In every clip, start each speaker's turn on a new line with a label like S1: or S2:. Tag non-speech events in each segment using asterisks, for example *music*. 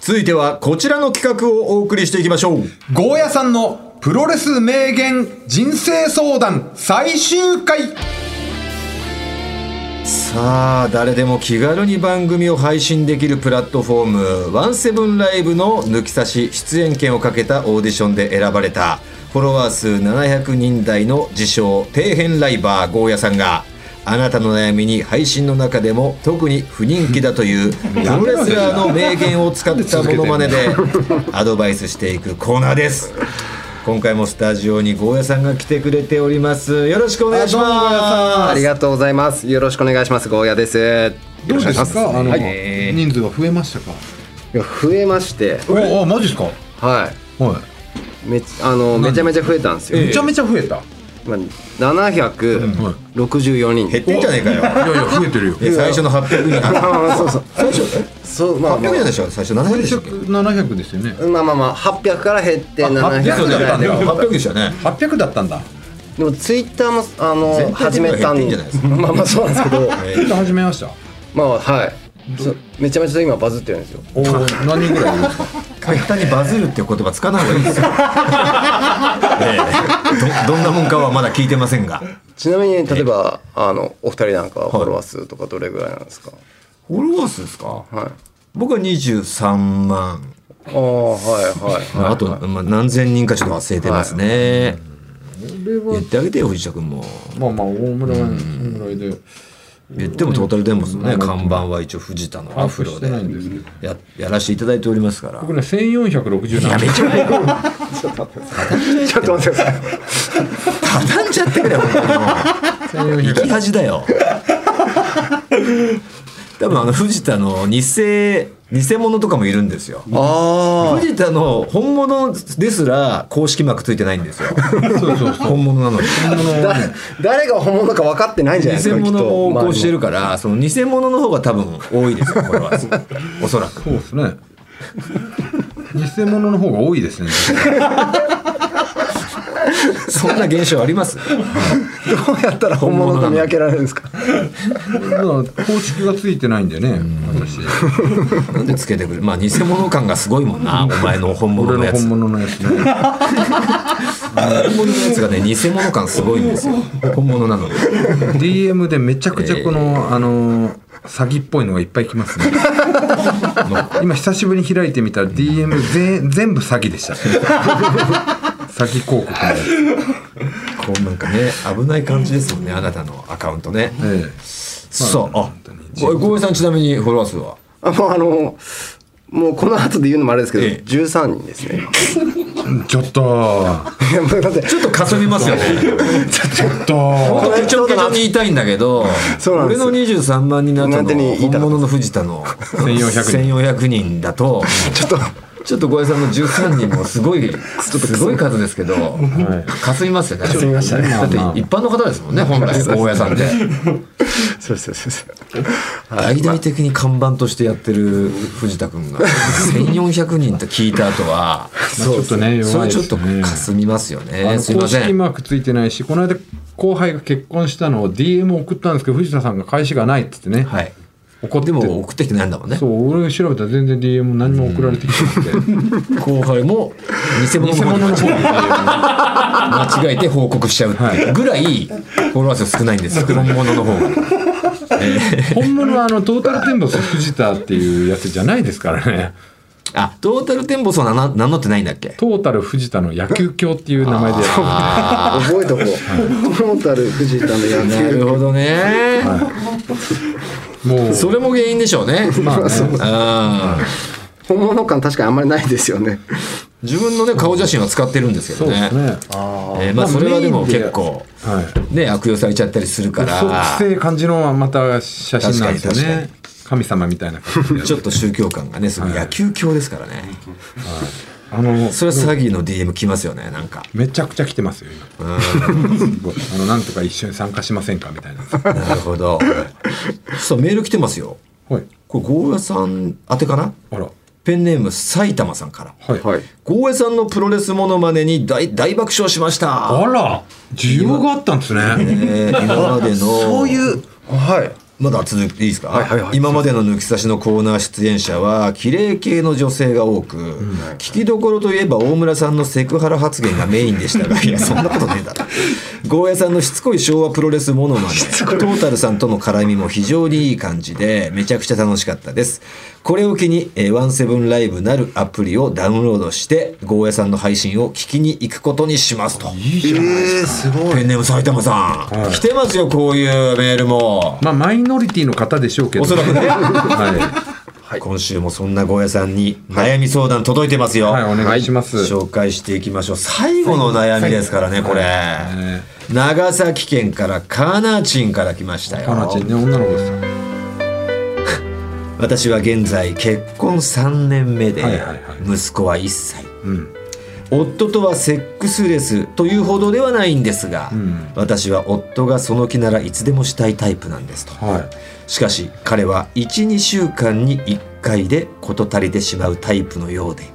S1: 続いてはこちらの企画をお送りしていきましょう
S2: ゴーヤさんのプロレス名言人生相談最終回
S1: さあ誰でも気軽に番組を配信できるプラットフォームワンセブンライブの抜き差し出演権をかけたオーディションで選ばれたフォロワー数700人台の自称底辺ライバーゴーヤさんがあなたの悩みに配信の中でも特に不人気だというプロレスラーの名言を使ったものまねでアドバイスしていくコーナーです今回もスタジオにゴーヤさんが来てくれておりますよろしくお願いします
S3: ありがとうございます。よろしくお願いします。ゴーヤです。
S2: ど
S3: よ
S2: う
S3: ろしく
S2: で
S3: お願いします
S2: かあの、
S3: はい、い
S2: 人数が増えましたか
S3: や増えまして、
S2: おおマジですかは
S3: はいい、めあのめちゃめちゃ増えたんですよ。
S2: めちゃめちゃ増えた、
S3: まあ七百六十四人。
S1: 減ってんじゃねえかよ
S2: いやいや増えてるよ
S1: いや最初の800人あ
S3: ああそうそう。
S1: 最初
S3: そうまあ
S1: 800
S3: ま
S1: じゃないでしょ最初700でしたっけ
S2: 700ですよね
S3: あまあまあまあ八百から減って七
S2: 800
S3: 百ぐらいで
S2: だ
S3: は
S2: っ。
S1: 800でしたね
S2: 800だったんだ
S3: でもツイッターもあの
S1: 全体
S3: 始
S1: 的には
S3: めた
S1: 減ってんじゃないですか
S3: まあまあそうなんですけど、
S2: ちょっと始めました
S3: まあはい。そうめちゃめちゃ今バズってるんですよ。
S2: おお何人ぐらいいるんですか
S1: 簡単にバズるっていう言葉使わない方がいいですよええどどんなもんかはまだ聞いてませんが
S3: ちなみに例えばあのお二人なんかはフォロワー数とかどれぐらいなんですか。
S1: フォロワー数ですか、
S3: はい。
S1: 僕は23万、
S3: ああはいはい。
S1: あと、まあ、何千人かちょっと忘れてますね、言ってあげてよ藤田君も
S2: まあまあ大村は大村で
S1: 言ってもトータルテンボスのね看板は一応藤田のアフロで
S2: 把握してないんですけ
S1: ややらせていただいておりますから
S2: 僕ね1467
S1: やめちゃえよ
S3: ちょっと待ってください。
S1: 畳んじゃってくれよ本当にもう生き恥だよ多分あの藤田の偽偽物とかもいるんですよ
S3: あ
S1: 藤田の本物ですら公式マークついてないんですよ
S2: そうそうそう
S1: 本物なのに
S3: あ、だ誰が本物か分かってないんじゃないです
S1: 偽
S3: か。
S1: 物も横行して
S3: る。
S1: るからその偽物の方が多分多いですよこれはおそらく
S2: そうですね。偽物の方が多いですね。
S1: そんな現象あります
S3: どうやったら本物と見分けられるんですか。
S2: 公式がついてないんでね、私。
S1: なんでつけてくるまあ偽物感がすごいもんなお前の本物
S2: 俺
S1: の
S2: の
S1: やつ
S2: 本物のやつ *laughs* ね。
S1: 本物のやつがね偽物感すごいんですよ本物なのに
S2: DM でめちゃくちゃこの、あのー、詐欺っぽいのがいっぱい来 *laughs* ますね。今久しぶりに開いてみたら DM ぜ全部詐欺で *laughs* した。詐欺広告のやつ。
S1: こうなんかね危ない感じですもんねあなたのアカウントね、
S2: え
S1: そうあ
S2: 当に
S1: ごごめんさんちなみにフォロワー数は
S3: あもうあのもうこの後で言うのもあれですけど、
S1: ええ
S3: 13
S1: *laughs*
S3: 人ですね。
S2: えちょっと、
S3: いやもうだって
S1: ちょっとかすみますよ *laughs* ね
S2: ちょっと、
S1: 本当ケチョケチョに言いたいんだけど
S3: そうなんで
S1: 俺
S3: すよ
S1: の23万人の後
S3: なんて
S1: の
S3: ね言
S1: 本
S3: いたかった
S1: 物の藤田の
S2: 1400
S1: 1400人だと
S3: ちょっと
S1: ちょっと小江さんの13人もすごいすごい数ですけどかすみますよね
S3: すみましたね。
S1: だって一般の方ですもんね本来大家さんで
S3: そうそうそうそう。
S1: 大々的に看板としてやってる藤田君が1400人と聞いた後は
S2: *laughs* ちょっとね、
S1: そ
S2: 弱
S1: れ
S2: い
S1: ち
S2: で
S1: ょっ
S2: す
S1: と
S2: ね
S1: か。すみますよ
S2: あ
S1: ね
S2: の
S1: すいま
S2: 公
S1: せ
S2: 式
S1: ん
S2: マークついてないしこの間後輩が結婚したのを DM 送ったんですけど藤田さんが返しがないっつってね、
S1: はい
S2: 怒って
S1: でも送ってきてないんだもんね
S2: そう俺が調べたら全然 DM 何も送られてきてなくて *laughs*
S1: 後輩も偽物
S2: 偽
S1: の方に
S2: 物の方に
S1: 間違えて報告しちゃうっていうぐらいフォロワー数少ないんですよ本物の方が。えー
S2: 本物はあのトータルテンボス藤田っていうやつじゃないですからね
S1: あトータルテンボスは名乗名乗ってないんだっけ
S2: トータル藤田の野球教っていう名前で
S3: 覚えとこう。トータル藤田の
S2: *laughs*
S1: な
S3: 野球。
S1: るほどね、
S2: もう
S1: それも原因でしょうね。
S2: まあね
S1: うん
S3: 本物感確かにあんまりないですよね。
S1: 自分のね顔写真は使ってるんですけ
S2: そ
S1: ど
S2: う
S1: ね
S2: ですね
S1: えーまあ、
S2: まあ
S1: それはでも
S2: メインで
S1: 結構、
S2: はい
S1: ね悪用されちゃったりするか
S2: 嘘く
S1: ら
S2: せえ感じのまた写真なんですよ
S1: 確かに
S2: ね神様みたいな感じで
S1: ちょっと宗教感がねその野球教ですからね、
S2: あの
S1: それは詐欺の DM 来ますよねなん
S2: *laughs*
S1: か
S2: めちゃくちゃ来てますよ今すごい *laughs* あのなんとか一緒に参加しませんかみたいな
S1: なるほどそうメール来てますよ
S2: はい
S1: これゴーヤさん宛てかな
S2: あら
S1: ペンネーム埼玉さんから
S2: はい、
S3: はい。
S1: ゴーヤさんのプロレスモノマネに大大爆笑しました
S2: あら需要があったんですね
S1: えー今までの
S3: そういうはい。
S1: まだ続いていいですか、
S3: はいはいはい
S1: 今までの抜き差しのコーナー出演者は綺麗系の女性が多く、聞きどころといえば大村さんのセクハラ発言がメインでしたがいやそんなことねえだろゴーヤさんのしつこい昭和プロレスものま
S3: *laughs*
S1: でトータルさんとの絡みも非常にいい感じでめちゃくちゃ楽しかったですこれを機に、えー、ワンセブンライブなるアプリをダウンロードしてゴーヤさんの配信を聞きに行くことにしますと
S3: えー、すご
S1: ペンネーム埼玉さん、来てますよこういうメールも
S2: まあマイノリティの方でしょうけど
S1: おそらくね
S2: は
S1: 今週もそんなゴーヤさんに悩み相談届いてますよ、
S2: い、はい、お願いします、
S1: 紹介していきましょう最後の悩みですからねこれ、
S2: ね
S1: 長崎県からカーナーチンから来ました
S2: カナチ
S1: よ
S2: ンね女の子ですよ
S1: 私は現在結婚3年目で
S2: はいはいはい
S1: 息子は1歳
S2: うん
S1: 夫とはセックスレスというほどではないんですが、
S2: ん
S1: 私は夫がその気ならいつでもしたいタイプなんですと
S2: は
S1: しかし彼は12週間に1回で事足りてしまうタイプのようで
S2: い、う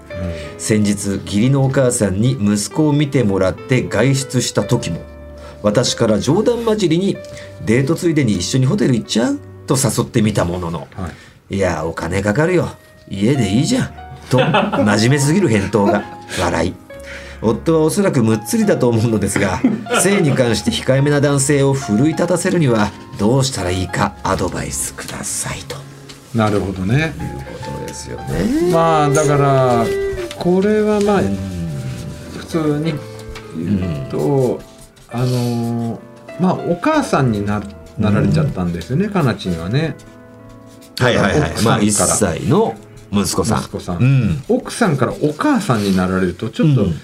S1: 先日義理のお母さんに息子を見てもらって外出した時も私から冗談交じりにデートついでに一緒にホテル行っちゃうと誘ってみたものの
S2: んはい、
S1: 「いやお金かかるよ家でいいじゃん」と真面目すぎる返答が笑い夫はおそらくむっつりだと思うのです *laughs* が性に関して控えめな男性を奮い立たせるにはどうしたらいいかアドバイスくださいと
S2: なるほどね
S1: いうことですよね。
S2: まあだからこれはまあ普通に言うと、あのーまあお母さんにななられちゃったんですよね、かなちんはね
S1: はいはいはい
S2: 奥さんから
S1: まあ1歳の息子さん
S2: 息子さん
S1: うん
S2: 奥さんからお母さんになられるとちょっと
S1: うん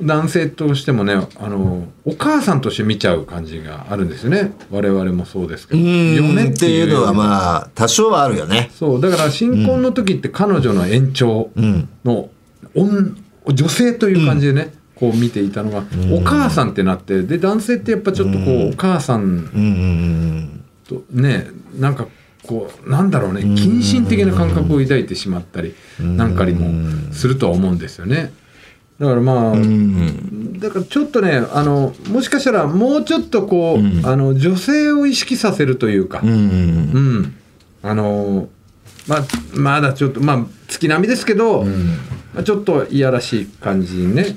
S2: 男性としてもね、あのお母さんとして見ちゃう感じがあるんですよね我々もそうですけ
S1: う
S2: ど
S1: んっていうのは
S2: あ
S1: まあ多少はあるよね
S2: そうだから新婚の時って彼女の延長
S1: うん
S2: の、おん女性という感じでね、こう見ていたのが、
S1: ん
S2: お母さんってなってで男性ってやっぱちょっとこう、
S1: うん
S2: お母さん
S1: うんうん
S2: とねなんかこうなんだろうね謹慎的な感覚を抱いてしまったり
S1: ん
S2: なんかにもするとは思うんですよね。だからまあ、
S1: うんうん
S2: だからちょっとねあのもしかしたらもうちょっとこう、
S1: うん
S2: あの女性を意識させるというか
S1: うんう、ん
S2: うんあのまあまだちょっとまあ月並みですけど、まあ、ちょっといやらしい感じにね、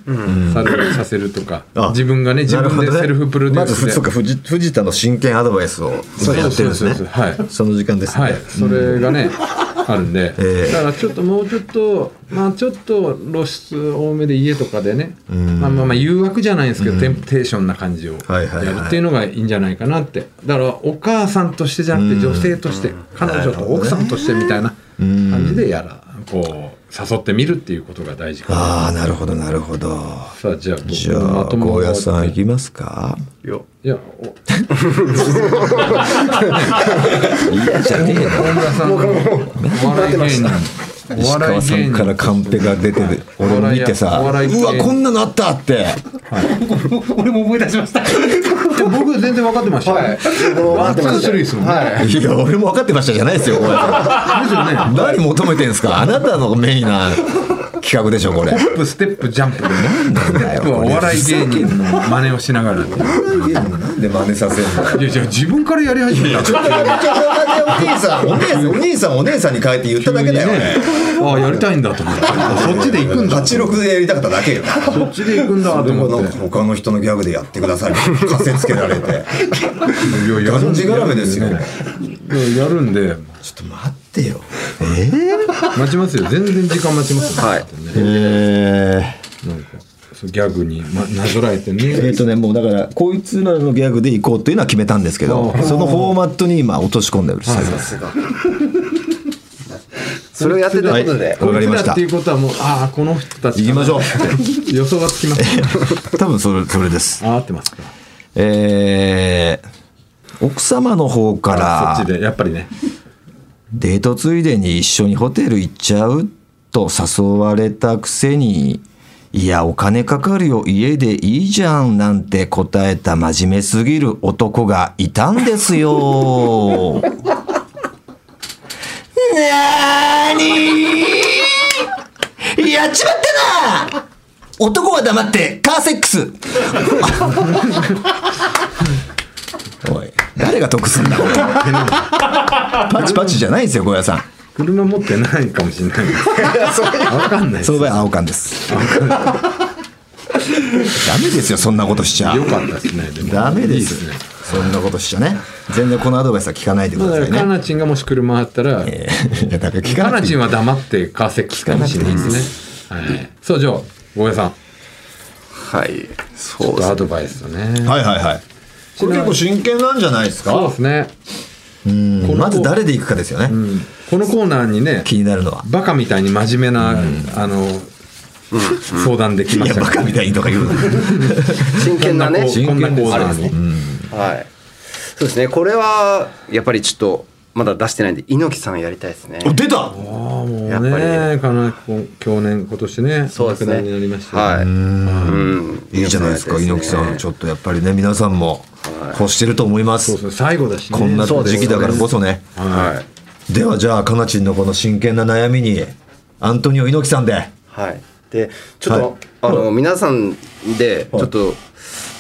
S2: さるさせるとか
S1: あ
S2: 自分がね自
S1: なる
S2: 分
S1: ほ
S2: で
S1: どね
S2: セルフプロデュース
S1: まず
S2: で、
S1: そうか藤藤田の真剣アドバイスを今やってるんですね
S2: そうそうそうそうはい
S1: その時間ですね
S2: はい、それがね、あるんで、
S1: ええ
S2: だからちょっともうちょっと、まあちょっと露出多めで家とかでね、
S1: ん
S2: まあまあまあ誘惑じゃないんですけど、テンプテーションな感じをや
S1: はいはいはい
S2: るっていうのがいいんじゃないかなって。だからお母さんとしてじゃなくて女性として、彼女と奥さんとしてみたいな感じでやら、こう、誘ってみるっていうことが大事かな。
S1: ああなるほどなるほど
S2: さあ、じゃあ、
S1: じゃ
S2: ま
S1: あ
S2: とも
S1: ゴー
S2: な
S1: ヤさんいきますか
S3: いよ
S2: いや、お
S1: いいじゃねえの
S2: 大村さんのお笑い芸人。お
S1: 石
S2: 笑
S1: 川
S2: い
S1: さ
S2: 芸
S1: ん
S2: 人
S1: からカンペが出てて俺を見てさ
S2: お
S1: うわ
S2: 笑い芸人
S1: こんなのあったって
S4: 俺も思い出しました。
S2: で僕全然分かってましたよ。ワンツースリーですもんね。
S4: はい。
S1: いや俺も分かってましたじゃないですよゴーヤさん
S2: ですよね。ア
S1: 何求めてんすかあなたのメインな企画でしょこれ
S2: ップステップジャンプでね。
S1: なん
S2: ステ
S1: だよ
S2: ップはお笑い芸人の真似をしながら。い
S1: なんで真似させるの
S2: やいや自分からやり始めた。
S1: お兄さんお姉さんお兄さんお姉さんに変えて言っただけだよね
S2: ああやりたいんだと思って。そっちで行くんだ。
S1: 86でやりたかっただけよ
S2: そっちで行くんだと
S1: でもな
S2: 思
S1: ん
S2: っ
S1: か
S2: て。
S1: 他の人のギャグでやってください仮説つけられて
S2: いやや
S1: が
S2: る
S1: ん
S2: ん
S1: じがらめですよ
S2: いややるんで
S1: *laughs* ちょっと待ってよ
S2: 待ちますよ。全然時間待ちますよ。
S3: はい
S1: えー
S2: なんかそうギャグにまなぞらえてね。
S1: えっとねもうだからこいつらのギャグで行こうっていうのは決めたんですけど
S2: あー
S1: そのフォーマットに今落とし込んでる最後
S3: すがそれをやってたことで、
S1: はいわかりました
S2: こいつらっていうことはもうああこの人たち
S1: 行きましょう
S2: う予想がつきますね
S1: 多分それそれです
S2: ああ合ってますか
S1: えー奥様の方か
S2: あそっち
S1: ら
S2: でやっぱりね
S1: デートついでに一緒にホテル行っちゃうと誘われたくせに「いやお金かかるよ家でいいじゃん」なんて答えた真面目すぎる男がいたんですよ。なーにやっちまったな男は黙ってカーセックス *laughs* おい誰が得すんだおいパチパチじゃないですよ小屋さん
S2: 車持ってないかもしれないわかんないです
S1: 相
S2: よ
S1: 場は青缶です *laughs* ダメですよそんなことしちゃ
S2: かったですねでも
S1: ダメです
S2: いいね
S1: そんなことしちゃね全然このアドバイスは聞かないでく
S2: だ
S1: だ
S2: か
S1: さ
S2: ら
S1: い
S2: カ
S1: ね
S2: ナチンがもし車あったら、
S1: えーいやだから聞
S2: カ
S1: かな
S2: ナ
S1: くて
S2: チ
S1: いい
S2: ンは黙ってカーセックスかもしれないですね、はい、そうじゃあ大家さん
S3: はい
S2: ちょ
S3: そ
S2: っ
S3: う
S2: と
S3: です
S2: ア
S3: ね
S2: ドバイスだね
S1: はいはいはいこれ結構真剣なんじゃないです
S2: そう
S1: か
S2: ですね
S1: うんまず誰で行くかですよね、
S2: このコーナーにね
S1: 気になるのは
S2: バカみたいに真面目な、あの、相談できま
S1: い
S2: し
S1: やバ
S2: た
S1: カみたいにとか言うな
S3: 真
S2: こ
S3: 剣
S2: んな
S3: なね
S2: こうこんなコーナーに、
S3: はいそうですねこれはやっぱりちょっとまだ出してないんで猪木さんやりたいですね
S1: お *laughs* 出た
S2: ああもう
S3: やっぱ
S2: ねかな去年今年ね
S3: そうです
S2: お亡くな
S3: ね
S2: りになりましたよ
S3: はいうん
S1: いいじゃないですか猪木さんちょっとやっぱりね皆さんも欲してると思いま
S2: そう
S1: す
S2: そう最後だしね
S1: こんな
S3: そうです
S1: 時期だからこそね
S3: はい
S1: ではじゃあかなちんのこの真剣な悩みにアントニオ猪木さんで
S3: はい、でちょっと、
S1: はい
S3: あの皆さんでちょっと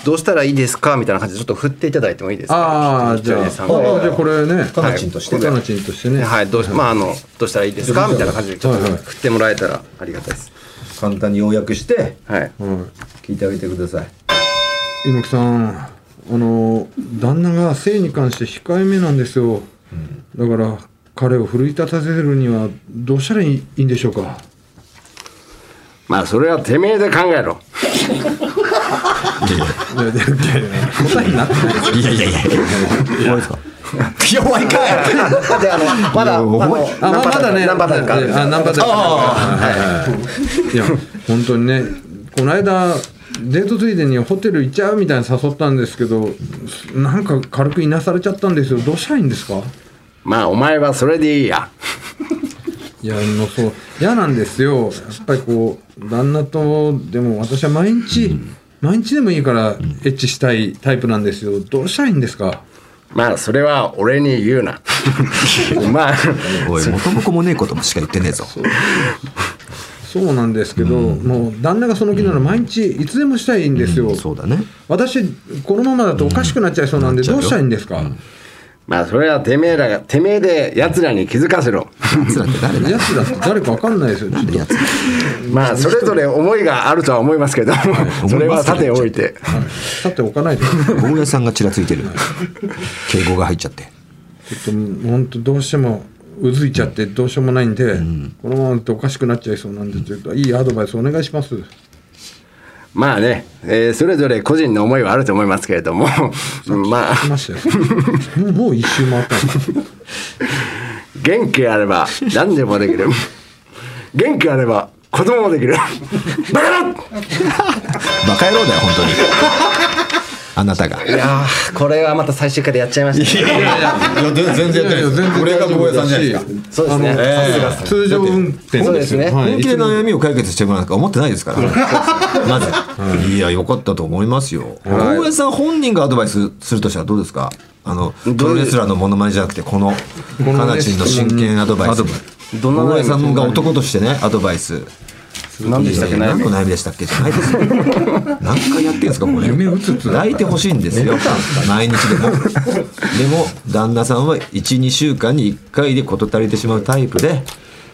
S3: どうしたらいいですかみたいな感じでちょっと振っていただいてもいいですか
S2: ああ
S3: ち
S2: じ
S3: ょ
S2: ゃ
S3: っ
S2: ああ
S3: と一
S2: あじ
S3: 人
S2: ゃ
S3: さんが
S2: あこれね
S1: カナチンとして
S2: カナチンとしてね
S3: はいどうしまああのどうしたらいいですかみたいな感じでちょっと振ってもらえたらありがたいです
S1: 簡単に要約して
S3: はい
S2: うん
S1: 聞いてあげてください
S2: 猪木さんあの旦那が性に関して控えめなんですよ、だから彼を奮い立たせるにはどうしたらいいいいんでしょうか
S3: まあそれはてめえで考えろ
S2: いやいやいや答えになってない
S1: いやいやいや弱いですか弱いかい
S3: だってあのまだ *laughs*
S1: いや
S3: ま
S1: 重い
S3: だ
S2: あ、まあまだね。
S3: 何パターンかある
S2: あ、何パターンか。はい。いや、本当にね、この間、デートついでにホテル行っちゃうみたいに誘ったんですけど、なんか軽くいなされちゃったんですよ。どうしたらいいんですか
S3: まあお前はそれでいいや
S2: いや、もうそう、嫌なんですよ。やっぱりこう、旦那と、でも私は毎日、毎日でもいいからエッチしたいタイプなんですよ。どうしたらいいんですか
S3: まあそれは俺に言う *laughs* なまあ
S1: おい元も子もねえこともしか言ってねえぞ
S2: そうなんですけど、もう旦那がその気なら毎日いつでもしたいんですよ。
S1: そうだね
S2: 私このままだとおかしくなっちゃいそうなんで、
S1: うん
S2: どうしたらいいんですか、
S3: まあそれはてめえらがてめえで奴らに気づかせろ
S1: 奴らって誰だ
S2: やつだって誰かわかんないですよちょっと
S1: やつ
S3: まあそれぞれ思いがあるとは思いますけど *laughs* それはさておいて
S2: 立っておかないでちょ
S1: 大家さんがちらついてる敬語が入っちゃって
S2: っと本当どうしてもうずいちゃってどうしようもないんで、このままだとおかしくなっちゃいそうなんでちょっといいアドバイスお願いします
S3: まあね、えーそれぞれ個人の思いはあると思いますけれ *laughs* どもうんまあ
S2: 来ましたよもうもう一周回ったの
S3: 元気あれば何でもできる元気あれば子供もできるバカだ
S1: バカ野郎だよ本当にあなたが
S3: いやーこれはまた最終回でやっちゃいましたね
S1: 全然やってないです俺が大家さんじゃないですか
S3: そうですね
S1: ええ
S3: さすが
S2: 通常運転
S3: そうですね
S2: はい
S1: 本気で悩みを解決してもらうなんか思ってないですから、まず、いや、よかったと思いますよ。
S3: はい
S1: 大江さん本人がアドバイスするとしたらどうですかあの、
S3: どういう
S1: プロレスラーのモノマネじゃなくて、この、
S2: のね
S1: カナチンの真剣アドバイス。
S3: どんな悩み
S1: 大江さんが男としてね、アドバイス。
S3: 何でしたっけ
S1: いやいや
S3: 悩
S1: 何
S3: み
S1: の悩みでしたっけじゃないですよ。何回やってんですか、これ。
S2: 夢うつつだ
S1: 抱いてほしいんですよ。毎日でも。でも、旦那さんは1、2週間に1回で事足りてしまうタイプで、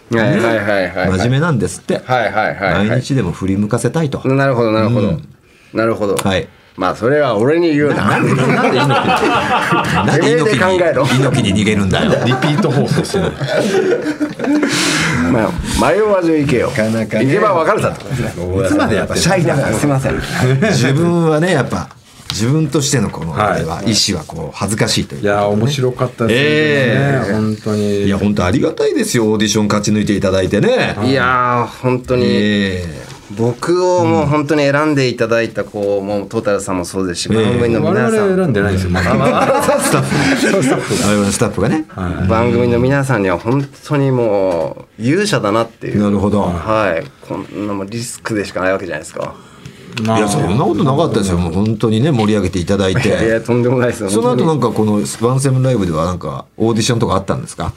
S3: はいはいはいはい
S1: 真面目なんですって。
S3: はいはいはいは
S1: 毎
S3: い
S1: 日でも振り向かせたいと。
S3: なるほどなるほどなるほど
S1: はい
S3: まあそれは俺に言う
S1: な
S3: な
S1: んで猪木なんで猪木
S3: てめえで考えろ
S1: に猪木に逃げるんだよ。
S2: リピート放送してる
S3: まあ迷わず行けよ
S1: なかね
S3: 行けば分かるさと
S1: いつまでやっぱシャイだからすみません。自分はねやっぱ自分としてのこの
S2: はい
S1: あれは意思はこう恥ずかしいという。
S2: いやー面白かったですね、本当に
S1: いや本当ありがたいですよオーディション勝ち抜いていただいてね。
S3: いやー本当に
S1: え
S3: 僕をもう本当に選んでいただいたこうもうトータルさんもそうですし番組の
S2: 我
S3: 皆
S2: 々
S3: さん
S2: 選んでないですよまだ
S1: スタッフ我々のスタッフがね。
S3: 番組の皆さんには本当にもう勇者だなってい
S1: な
S3: う
S1: るほど。
S3: はいこんなもうリスクでしかないわけじゃないですか
S2: まあ
S1: いやそんなことなかったですよもう本当にね盛り上げていただい
S3: いや
S1: て。
S3: とんでもないですよ
S1: その
S3: 本
S1: 後
S3: 当に
S1: なんかこのワンセブンライブではなんかオーディションとかあったんですか。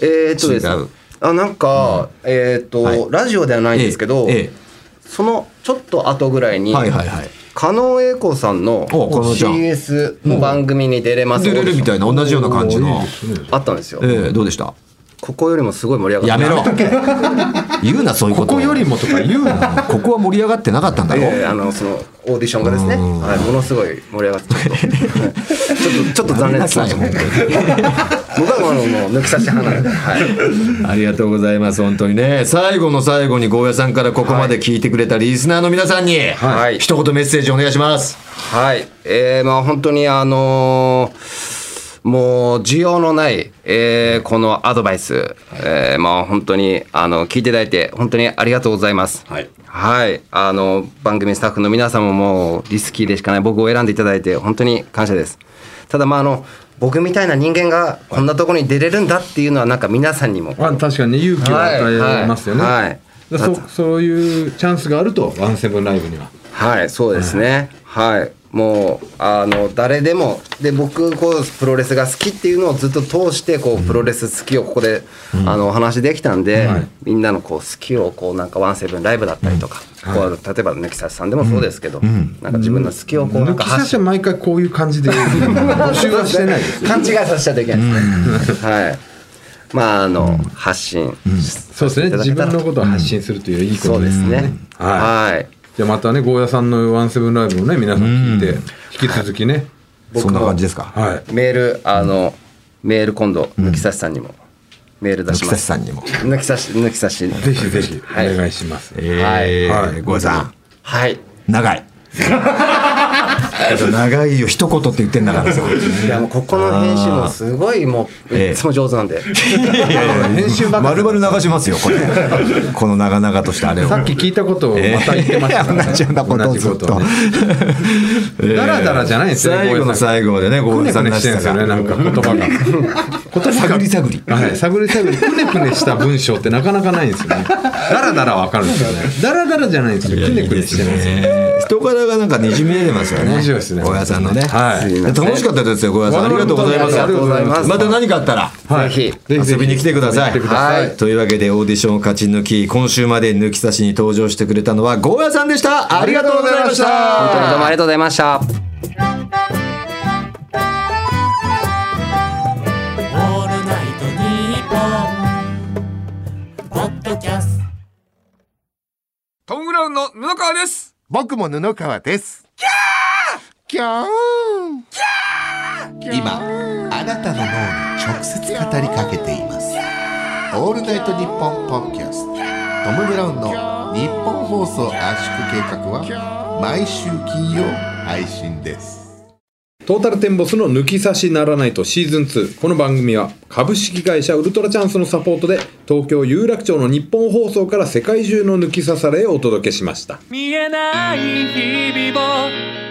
S3: えーっとですね
S1: 違う
S3: あなんかえーっ
S1: は
S3: と
S1: い
S3: ラジオではないんですけど
S1: ええええ
S3: そのちょっと後ぐらいに
S1: はいはいはい。
S3: 加納英子さんの
S1: お加納ちゃん
S3: CS の番組に出れます
S1: 出れるみたいな同じような感じの。
S3: あったんですよ
S1: ええどうでした
S3: ここよりもすごい盛り上が
S1: や
S3: って
S1: めろ言うなそういうこと
S2: ここよりもとか言うな。
S1: ここは盛り上がってなかったんだろ、
S3: ええあのそのオーディションがですね、はい、ものすごい盛り上がってたはい
S1: *laughs*
S3: ちょっとちょっと残念
S1: な
S3: です
S1: さい本当に
S3: 僕はもうあのもう抜き差し派なんで、はい、
S1: ありがとうございます本当にね最後の最後にゴーヤさんからここまで聞いてくれたリスナーの皆さんに、
S3: はい
S1: 一言メッセージお願いします
S3: はい、えー、まあ本当にあのーもう需要のない、えーこのアドバイス、えーまあ本当にあの聞いていただいて本当にありがとうございます。
S5: はい
S3: はいあの番組スタッフの皆さんももうリスキーでしかない僕を選んでいただいて本当に感謝です。ただまああの僕みたいな人間がこんなところに出れるんだっていうのはなんか皆さんにも
S2: まあ、確かにね勇気を与えますよね、
S3: はいはい
S2: だそそういうチャンスがあるとワンセブンライブには
S3: はい、そうですね。はい、もうあの誰でもで僕こうプロレスが好きっていうのをずっと通してこうプロレス好きをここで、あのお話できたんで、みんなのこう好きをこうなんかワンセブンライブだったりとか、こう例えば抜き差しさんでもそうですけど、なんか自分の好きをこうな
S2: 抜
S3: んか
S2: き差
S3: 発
S2: しは
S3: 信
S2: 毎回こういう感じで募集はしてないです
S3: 勘違いさせちゃいけないですね。はい。まああの、発信、
S2: そうですね自分のことを発信するといういいこと
S3: そうですね。
S2: は
S3: はい
S2: いじゃあまたねゴーヤさんのワンセブンライブもね皆さん聞いて引き続きね、
S1: そんな感じですか
S2: はい
S3: メールあのメール今度抜き差しさんにもメール出し
S1: 木
S3: ま
S1: 崎
S3: す。
S1: さんにも
S3: 抜き差し抜き差し
S2: ぜひぜひお
S3: はい
S2: 願いします、
S1: えー
S2: はい
S1: ゴーヤさん
S3: はい
S1: 長 *laughs* い長いよ一言って言ってんだからさ
S3: いやもうここの編集もすごいもう
S1: ええ
S3: いつも上手なんで、
S2: 編集ばっか
S1: 丸々流しますよこ
S2: *laughs*
S1: れこの長々としたあれを
S2: さっき聞いたことをまた言ってましたから、
S3: *laughs*
S1: えー同じようなことをずっと
S2: 同じ *laughs* ことをねだらだらじゃないですね
S1: 最後の最後までね
S2: く
S1: ゴーヤさん
S2: ねくね
S1: ら
S2: して
S1: し
S2: るん
S1: さ
S2: ですよね
S1: が
S2: なんか言葉が言葉
S1: 探り探り
S2: がはい探り探りくねくねした文章ってなかなかないんです *laughs* よねだらだらわかるんですよねだらだらじゃないんですよくねくねしてますよ
S1: ね人柄がなんかにじみ出てますよね。
S2: 面白いですね
S1: 小屋さんのね。
S2: はい
S1: いや楽しかったですよ、小屋さん。ありがとうございます。
S2: ありがとうございます
S1: また何かあったら。
S2: はい
S3: ぜひ
S2: ぜひぜ
S1: 遊
S2: ひ
S1: びに来てください
S2: 遊びに来てください
S1: というわけでオーディションを勝ち抜き今週まで抜き差しに登場してくれたのはゴーヤさんでしたありがとうございました
S3: 本当にどうもありがとうございました。
S6: 「オールナイトニッポン」「ポッドキャスト」
S7: トム・ブラウンの布川です
S8: 僕も布川です。キャーキャー今、あなたの脳に直接語りかけています。オールナイトニッポンポッドキャスト。トム・ブラウンの日本放送圧縮計画は毎週金曜配信です。
S2: トータルテンボスの抜き差しならないとシーズン2この番組は株式会社ウルトラチャンスのサポートで東京有楽町の日本放送から世界中の抜き差されをお届けしました
S6: 見えない日々を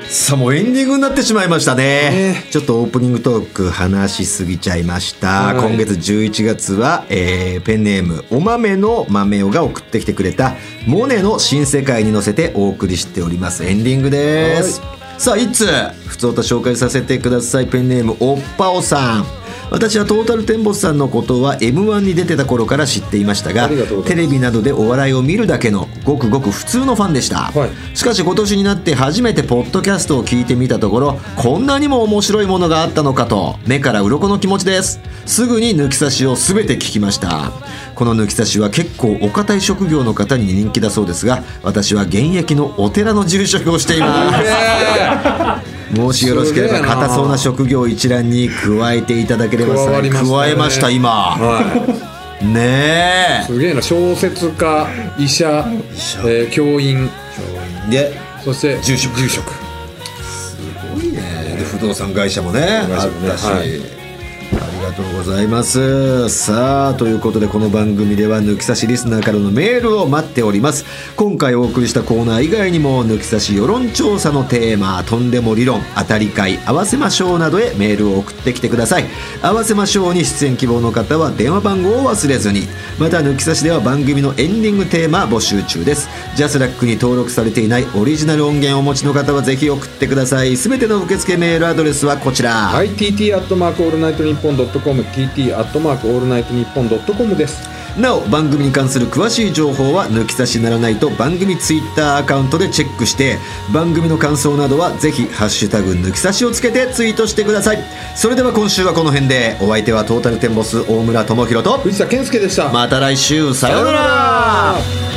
S1: さあもうエンディングになってしまいましたね
S2: ね、
S1: ちょっとオープニングトーク話しすぎちゃいました、
S2: はい
S1: 今月11月は、えーペンネームお豆の豆をが送ってきてくれた「モネの新世界」に乗せてお送りしておりますエンディングですさあいつ普通歌紹介させてくださいペンネームおっぱおさん私はトータルテンボスさんのことは m 1に出てた頃から知っていましたが
S2: ありがとうございま
S1: テレ
S2: す
S1: ビなどでお笑いを見るだけのごくごく普通のファンでした、
S2: はい
S1: しかし今年になって初めてポッドキャストを聞いてみたところこんなにも面白いものがあったのかと目から鱗の気持ちですすぐに抜き差しを全て聞きましたこの抜き差しは結構お堅い職業の方に人気だそうですが私は現役のお寺の住職をしていますもしよろしければ
S2: すげえな
S1: 硬そうな職業一覧に加えていただければ
S2: 加わりましたね
S1: 加えました今
S2: は
S1: ね
S2: いすげえな小説家医者、えー教員
S1: えで
S2: そして
S1: 住職
S2: 住職
S1: で不動産会社もね
S2: 動
S1: あ
S2: 産会社
S1: っ
S2: もね
S1: たし、
S2: はい
S1: ありがとうございますさあということでこの番組では抜き差しリスナーからのメールを待っております今回お送りしたコーナー以外にも抜き差し世論調査のテーマ「とんでも理論」「当たり会」「合わせましょう」などへメールを送ってきてください合わせましょうに出演希望の方は電話番号を忘れずにまた抜き差しでは番組のエンディングテーマ募集中ですジャスラックに登録されていないオリジナル音源をお持ちの方はぜひ送ってください全ての受付メールアドレスはこちら
S2: はい TT アットマークオールナイトニッポンドットコム TT アットマークオールナイトニッポンドットコムです
S1: なお番組に関する詳しい情報は抜き差しならないと番組ツイッターアカウントでチェックして番組の感想などはぜひハッシュタグ抜き差しをつけてツイートしてくださいそれでは今週はこの辺でお相手はトータルテンボス大村智広と
S2: 藤田健介でした
S1: また来週さようなら